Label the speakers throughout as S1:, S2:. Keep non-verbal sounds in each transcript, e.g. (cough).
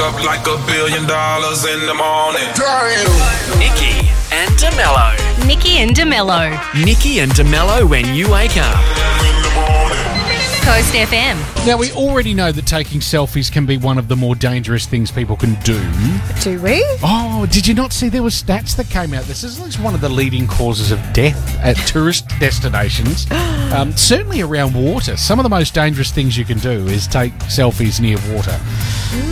S1: up like a billion dollars in the morning.
S2: Nikki and DeMello.
S3: Nikki and DeMello.
S2: Nikki and DeMello when you wake up.
S3: Coast FM.
S4: Now, we already know that taking selfies can be one of the more dangerous things people can do.
S5: Do we?
S4: Oh, did you not see there were stats that came out? This is like one of the leading causes of death at tourist destinations. Um, certainly around water. Some of the most dangerous things you can do is take selfies near water.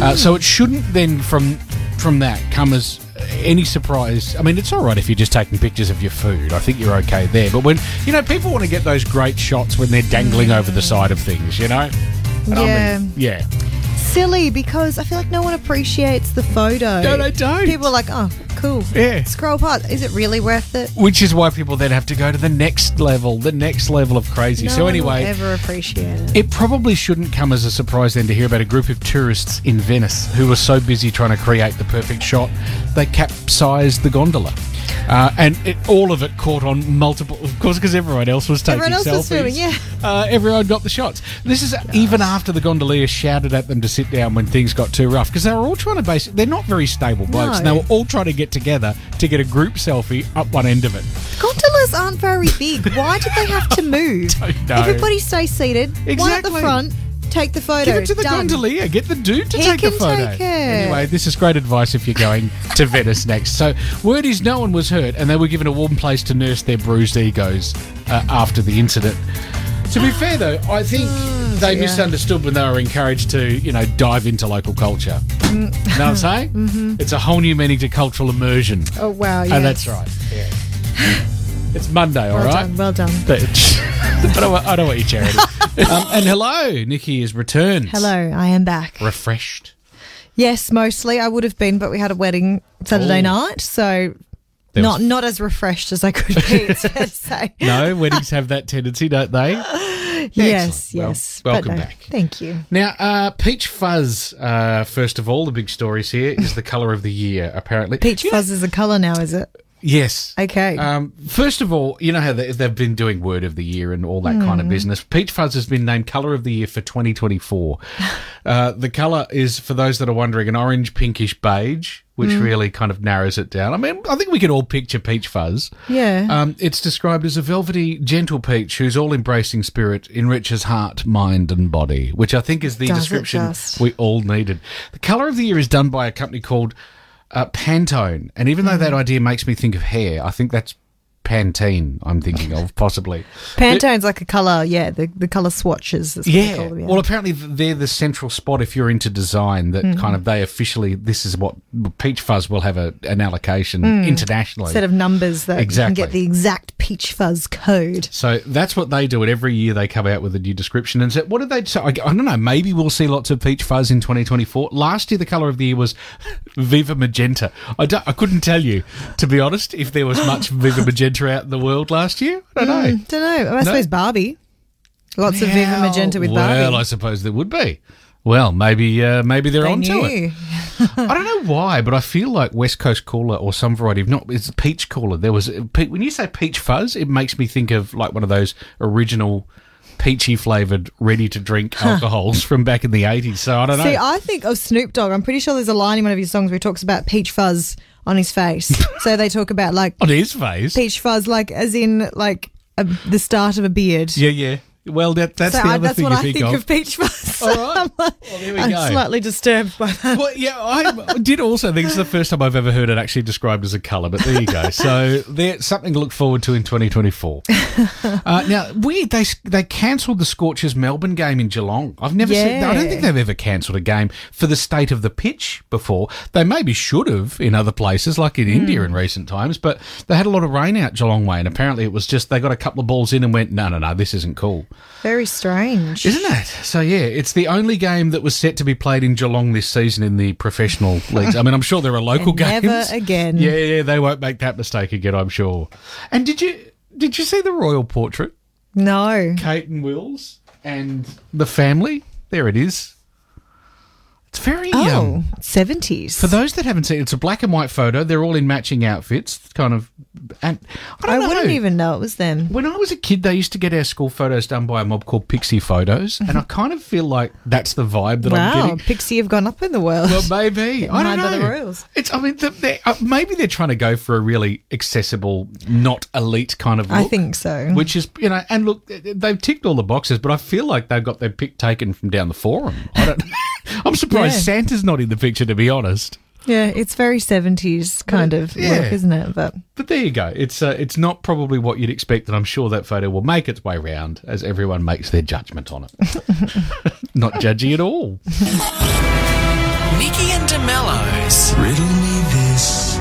S4: Uh, so it shouldn't then from from that come as any surprise. I mean, it's all right if you're just taking pictures of your food. I think you're okay there. But when you know people want to get those great shots when they're dangling over the side of things, you know. And I
S5: Yeah.
S4: mean, yeah.
S5: Silly because I feel like no one appreciates the photo.
S4: No, they don't.
S5: People are like, oh, cool.
S4: Yeah.
S5: Scroll past. Is it really worth it?
S4: Which is why people then have to go to the next level, the next level of crazy.
S5: No
S4: so
S5: one will
S4: anyway,
S5: ever appreciate it.
S4: it probably shouldn't come as a surprise then to hear about a group of tourists in Venice who were so busy trying to create the perfect shot they capsized the gondola. Uh, and it, all of it caught on multiple, of course, because everyone else was taking
S5: Everyone else
S4: selfies.
S5: was filming, yeah.
S4: Uh, everyone got the shots. This is even after the gondolier shouted at them to sit down when things got too rough because they were all trying to base. They're not very stable blokes. And they
S5: No.
S4: were all trying to get together to get a group selfie up one end of it.
S5: Gondolas aren't very big. Why did
S4: (laughs)
S5: they have to move?
S4: Don't know.
S5: Everybody stay seated. One at the
S4: Exactly.
S5: front. Take the photo.
S4: Give it to the
S5: Done.
S4: gondolier. Get the dude to
S5: He
S4: take the
S5: can
S4: photo.
S5: take it.
S4: Anyway, this is great advice if you're going to Venice next. So, word is no one was hurt, and they were given a warm place to nurse their bruised egos uh, after the incident. To be fair, though, I think they
S5: dear.
S4: misunderstood when they were encouraged to, you know, dive into local culture.
S5: Mm.
S4: Know what I'm
S5: (laughs)
S4: saying? Mm-hmm. It's a whole new meaning to cultural immersion.
S5: Oh, wow. Yes.
S4: And that's right. Yeah. It's Monday, all
S5: Well
S4: right.
S5: done. Well done.
S4: But (laughs) I don't want, I don't want your
S5: (laughs)
S4: charity. um, and hello, Nikki is returned.
S5: Hello, I am back.
S4: Refreshed.
S5: Yes, mostly I would have been, but we had a wedding Saturday
S4: Oh.
S5: night, so
S4: There
S5: not
S4: was-
S5: not as refreshed as I could be.
S4: (laughs)
S5: (laughs) it's fair to say. (laughs)
S4: No, weddings have that tendency, don't they?
S5: yes,
S4: Well,
S5: yes.
S4: welcome
S5: but no,
S4: back.
S5: Thank you.
S4: Now, uh, peach fuzz. Uh, first of all, the big stories here is the color of the year. Apparently,
S5: Peach
S4: You know-
S5: fuzz is a colour now, is it?
S4: Yes.
S5: Okay.
S4: Um, first of all, you know how they, they've been doing word of the year and all that kind
S5: Hmm.
S4: of business. Peach Fuzz has been named colour of the year for
S5: (laughs)
S4: 2024. uh, the colour is, for those that are wondering, an orange, pinkish beige, which
S5: Hmm.
S4: really kind of narrows it down. I mean, I think we can all picture Peach Fuzz.
S5: Yeah.
S4: Um, it's described as a velvety, gentle peach whose all embracing spirit enriches heart, mind, and body, which I think is the
S5: Does it
S4: description
S5: just?
S4: we all needed. The colour of the year is done by a company called uh, Pantone. And even though
S5: Mm.
S4: that idea makes me think of hair, I think that's Pantene I'm thinking
S5: (laughs)
S4: of, possibly.
S5: Pantone's like a colour, yeah, the, the colour swatches. That's what they
S4: Yeah.
S5: call them,
S4: Well, apparently th- they're the central spot if you're into design that
S5: Mm-hmm.
S4: kind of they officially, this is what Peach Fuzz will have a, an allocation internationally.
S5: Instead Mm. of numbers, though, you
S4: Exactly.
S5: can get the exact peach fuzz code.
S4: So that's what they do, and every year they come out with a new description. And so, what did they? So I, I don't know. Maybe we'll see lots of peach fuzz in 2024. Last year, the color of the year was (laughs) Viva Magenta. I, don't- I couldn't tell you, to be honest, if there was much Viva Magenta out in the world last year. I don't know.
S5: Hmm, Don't know. I suppose Barbie. Lots of Viva
S4: Well,
S5: Magenta with
S4: Well,
S5: Barbie.
S4: I suppose there would be. Well, maybe uh, maybe they're
S5: They
S4: onto it.
S5: knew.
S4: I don't know why, but I feel like West Coast Cooler or some variety of not it's peach cooler. There was pe- when you say peach fuzz, it makes me think of like one of those original peachy flavored ready to drink alcohols from back in the 80s. So I don't know.
S5: See, I think of Snoop Dogg. I'm pretty sure there's a line in one of his songs where he talks about peach fuzz on his
S4: (laughs)
S5: face. so they talk about like
S4: on his face.
S5: peach fuzz, like as in like a, the start of a beard.
S4: Yeah, yeah. Well, that, that's
S5: so
S4: the
S5: I,
S4: other
S5: that's
S4: thing
S5: what
S4: you
S5: I
S4: think,
S5: think
S4: of.
S5: of, peach fuzz.
S4: All right.
S5: (laughs) I'm, like-
S4: Well, there we
S5: I'm
S4: go.
S5: slightly disturbed by (laughs) that.
S4: well, yeah, I did also think it's the first time I've ever heard it actually described as a colour, but there you go. So there's something to look forward to in 2024. Uh, now, weird, they they cancelled the Scorchers Melbourne game in Geelong. I've never seen, I don't
S5: Yeah.
S4: think they've ever cancelled a game for the state of the pitch before. They maybe should have in other places, like in India in recent times, but they had a lot of rain out Geelong way, and apparently it was just they got a couple of balls in and went, no, no, no, this isn't cool.
S5: Very strange.
S4: Isn't it? So yeah, it's the only game that was set to be played in Geelong this season in the professional (laughs) leagues. I mean, I'm sure there are local games.
S5: And never again.
S4: Yeah, yeah, they won't make that mistake again. I'm sure. And did you did you see the royal portrait,
S5: No.
S4: Kate and Wills and the family? There it is. It's very. um,
S5: Oh, 70s.
S4: For those that haven't seen, it's a black and white photo. They're all in matching outfits, kind of. And I
S5: I
S4: don't know.
S5: wouldn't even know it was them.
S4: When I was a kid, they used to get our school photos done by a mob called Pixie Photos, and I kind of feel like that's the vibe that I'm
S5: Wow,
S4: getting.
S5: Pixie have gone up in the world.
S4: Well, maybe I don't
S5: Mind
S4: know.
S5: by the rules.
S4: It's. I mean, th- they- uh, maybe they're trying to go for a really accessible, not elite kind of. Look,
S5: I think so.
S4: Which is, you know, and look, th- th- they've ticked all the boxes, but I feel like they've got their pick taken from down the forum. I
S5: (laughs)
S4: don't. I'm surprised
S5: Yeah.
S4: Santa's not in the picture, to be honest.
S5: yeah, it's very 70s kind of
S4: Yeah.
S5: look, isn't it? But
S4: But there you go. It's uh, it's not probably what you'd expect, and I'm sure that photo will make its way round as everyone makes their judgment on it. (laughs) not judgy at all.
S2: Nikki and DeMello's
S6: Riddle me this,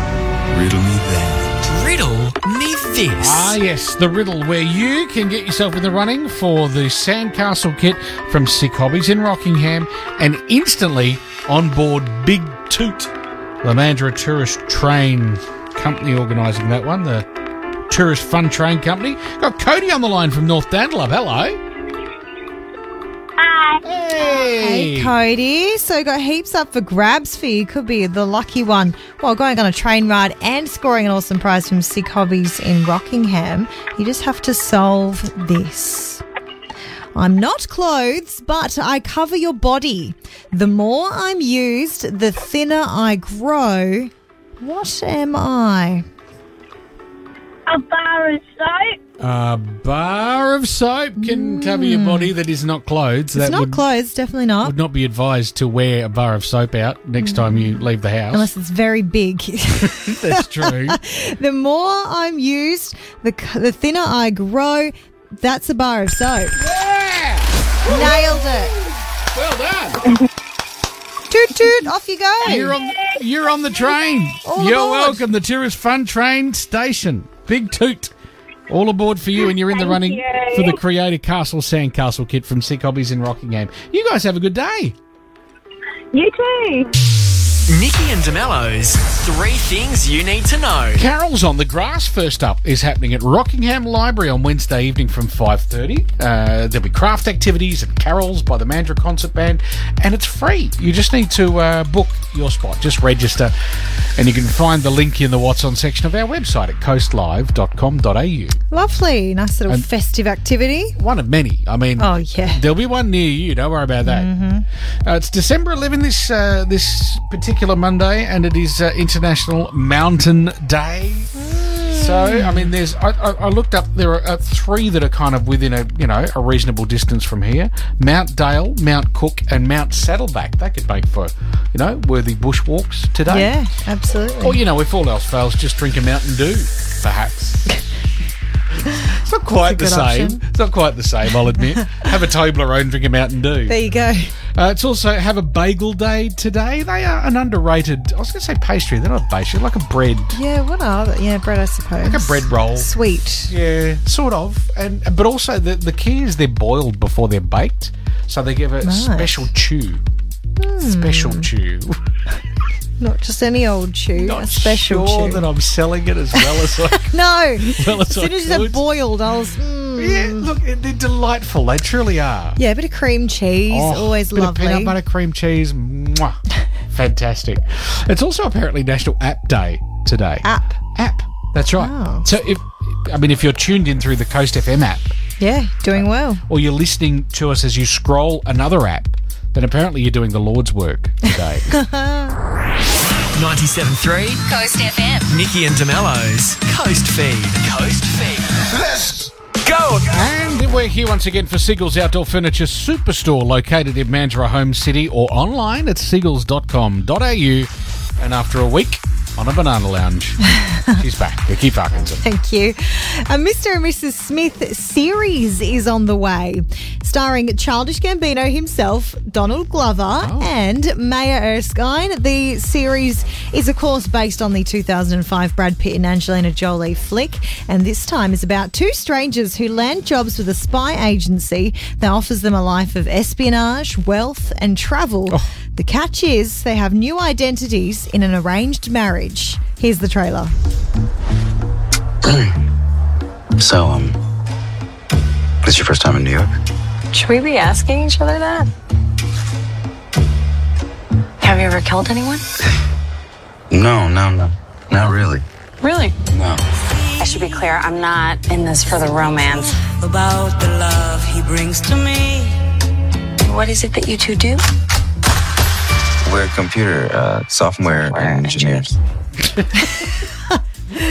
S6: riddle me that.
S2: Riddle Me This.
S4: Ah, yes, the riddle where you can get yourself in the running for the sandcastle kit from Sick Hobbies in Rockingham, and instantly on board Big Toot, the Mandurah Tourist Train Company organising that one, the Tourist Fun Train Company. Got Cody on the line from North Dandalup. Hello.
S7: Hi.
S4: Hey.
S5: Hey, Cody. So, got heaps up for grabs for you. Could be the lucky one while going on a train ride and scoring an awesome prize from Sick Hobbies in Rockingham. You just have to solve this. I'm not clothes, but I cover your body. The more I'm used, the thinner I grow. What am I?
S7: A bar of soap.
S4: A bar of soap can cover your body that is not clothes. that
S5: Mm. it's not
S4: would,
S5: clothes, definitely not.
S4: would not be advised to wear a bar of soap out next time you leave the house.
S5: Mm. Unless it's very
S4: (laughs)
S5: big. (laughs)
S4: That's true.
S5: the more I'm used, the c- the thinner I grow. That's a bar of soap. Nailed it.
S4: Well done.
S5: Toot toot, off you go.
S4: You're on. You're on the train.
S5: All
S4: you're
S5: aboard.
S4: welcome. The tourist fun train station. Big toot. All aboard for you, and you're in the
S7: Thank
S4: running
S7: you.
S4: for the Creator Castle Sandcastle Kit from Sick Hobbies in Rockingham. You guys have a good day.
S7: You too.
S2: Nikki and DeMello's Three Things You Need to Know.
S4: Carol's on the Grass first up is happening at Rockingham Library on Wednesday evening from 5.30. Uh, there'll be craft activities and carols by the Mandra Concert Band and it's free. You just need to uh, book your spot, just register and you can find the link in the What's On section of our website at coastlive.com.au.
S5: Lovely, nice little
S4: And-
S5: festive activity.
S4: One of many. I mean,
S5: Oh, yeah. Mm-hmm.
S4: there'll be one near you. Don't worry about that. Uh, it's December 11 this, uh, this particular Monday and it is uh, International Mountain Day. So I mean, there's I, I, I looked up. There are uh, three that are kind of within a you know a reasonable distance from here: Mount Dale, Mount Cook, and Mount Saddleback. They could make for you know worthy bushwalks today.
S5: Yeah,
S4: Or
S5: absolutely.
S4: you know, if all else fails, just drink a Mountain Dew,
S5: (laughs)
S4: perhaps. it's not quite the
S5: That's a
S4: same.
S5: good option.
S4: It's not quite the same. I'll
S5: (laughs)
S4: admit. Have a Toblerone, drink a Mountain Dew.
S5: There you go.
S4: Uh, it's also have a bagel day today. They are an underrated. I was going to say pastry. They're not a pastry, like a bread.
S5: Yeah, what are they? Yeah, bread, I suppose.
S4: Like a bread roll.
S5: Sweet.
S4: Yeah, sort of. And but also the the key is they're boiled before they're baked, so they give a
S5: Nice. Hmm.
S4: special chew. Special chew.
S5: Not just any old chew,
S4: Not
S5: a special
S4: sure
S5: chew.
S4: that I'm selling it as well as I.
S5: (laughs) no.
S4: (laughs) Well, it's
S5: as soon
S4: not
S5: as they're
S4: good.
S5: boiled, I was. Mm.
S4: yeah, look, they're delightful. They truly are.
S5: Yeah, a bit of cream cheese,
S4: Oh,
S5: always
S4: bit of
S5: lovely.
S4: peanut butter cream cheese.
S5: (laughs)
S4: Mwah. Fantastic. It's also apparently National App Day today.
S5: App.
S4: App. That's right.
S5: Oh.
S4: So if I mean if you're tuned in through the Coast FM app,
S5: Yeah, doing well.
S4: or you're listening to us as you scroll another app, then apparently you're doing the Lord's work today.
S5: (laughs)
S2: 97.3
S3: Coast FM.
S2: Nikki and DeMello's Coast Feed. Coast Feed. Let's go.
S4: and we're here once again for Siegel's Outdoor Furniture Superstore, located in Mandurah Home City, or online at siegels.com.au. And after a week on a banana (laughs) lounge, she's back, Vicky Parkinson.
S5: Thank you. A Mr. and Mrs. Smith series is on the way, starring Childish Gambino himself, Donald Glover, and Maya Erskine. The series is, of course, based on the 2005 Brad Pitt and Angelina Jolie flick, and this time is about two strangers who land jobs with a spy agency that offers them a life of espionage, wealth, and travel. The catch is they have new identities in an arranged marriage. Here's the trailer.
S8: So, um, this is your first time in New York?
S9: Should we be asking each other that? you ever killed anyone?
S8: no, no, no. Not really.
S9: Really?
S8: No.
S9: I should be clear, I'm not in this for the romance. About the love he brings to me. What is it that you two do?
S8: We're computer uh, software, software engineers.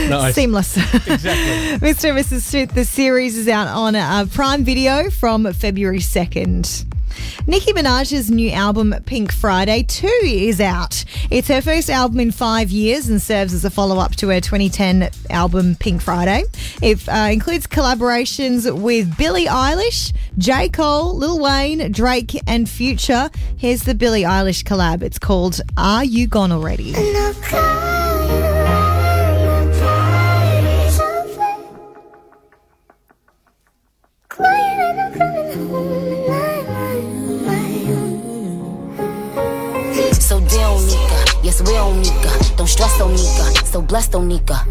S4: Nice.
S5: Seamless. (laughs) Exactly. Mr. and Mrs. Smith, the series is out on uh, Prime Video from February 2nd. Nicki Minaj's new album Pink Friday 2 is out. It's her first album in five years and serves as a follow up to her 2010 album Pink Friday. It uh, includes collaborations with Billie Eilish, J. Cole, Lil Wayne, Drake, and Future. Here's the Billie Eilish collab. It's called Are You Gone Already?
S10: So deal, Nika. Yes, real Nika. Don't stress on Nika. So blessed on Nika.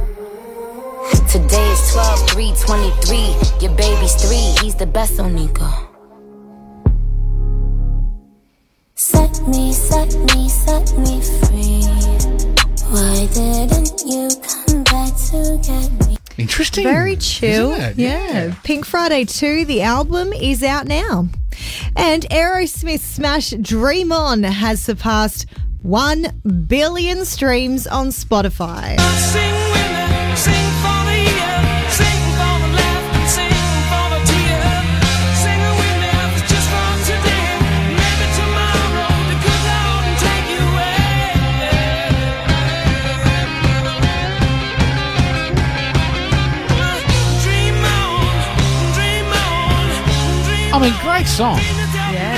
S10: Today is 12, 3, 23. Your baby's three. He's the best on Nika. Set me, set me, set me free. Why didn't you come back to get me?
S4: Interesting.
S5: Very chill.
S4: isn't it?
S5: Yeah. Pink Friday 2, the album is out now. And Aerosmith's smash Dream On has surpassed 1 billion streams on Spotify.
S4: I mean, great song.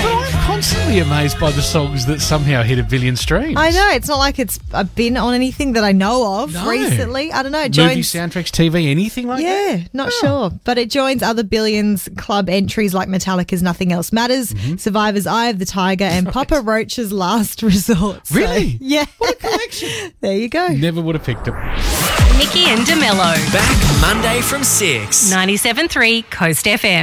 S4: But I'm constantly amazed by the songs that somehow hit a billion streams.
S5: I know, it's not like it's I've been on anything that I know of
S4: No.
S5: recently. I don't know. It
S4: Movie
S5: joins-
S4: soundtracks, TV, anything like that.
S5: Yeah, not sure. But it joins other Billions club entries like Metallica's Nothing Else Matters,
S4: Mm-hmm.
S5: Survivor's Eye of the
S4: (laughs)
S5: Tiger, and Papa Roach's Last Resort. So,
S4: Really?
S5: (laughs) yeah. What a collection. (laughs) there you go.
S4: Never would have picked it.
S3: Nikki and DeMello.
S2: Back Monday from 6.
S3: 97.3 Coast FM.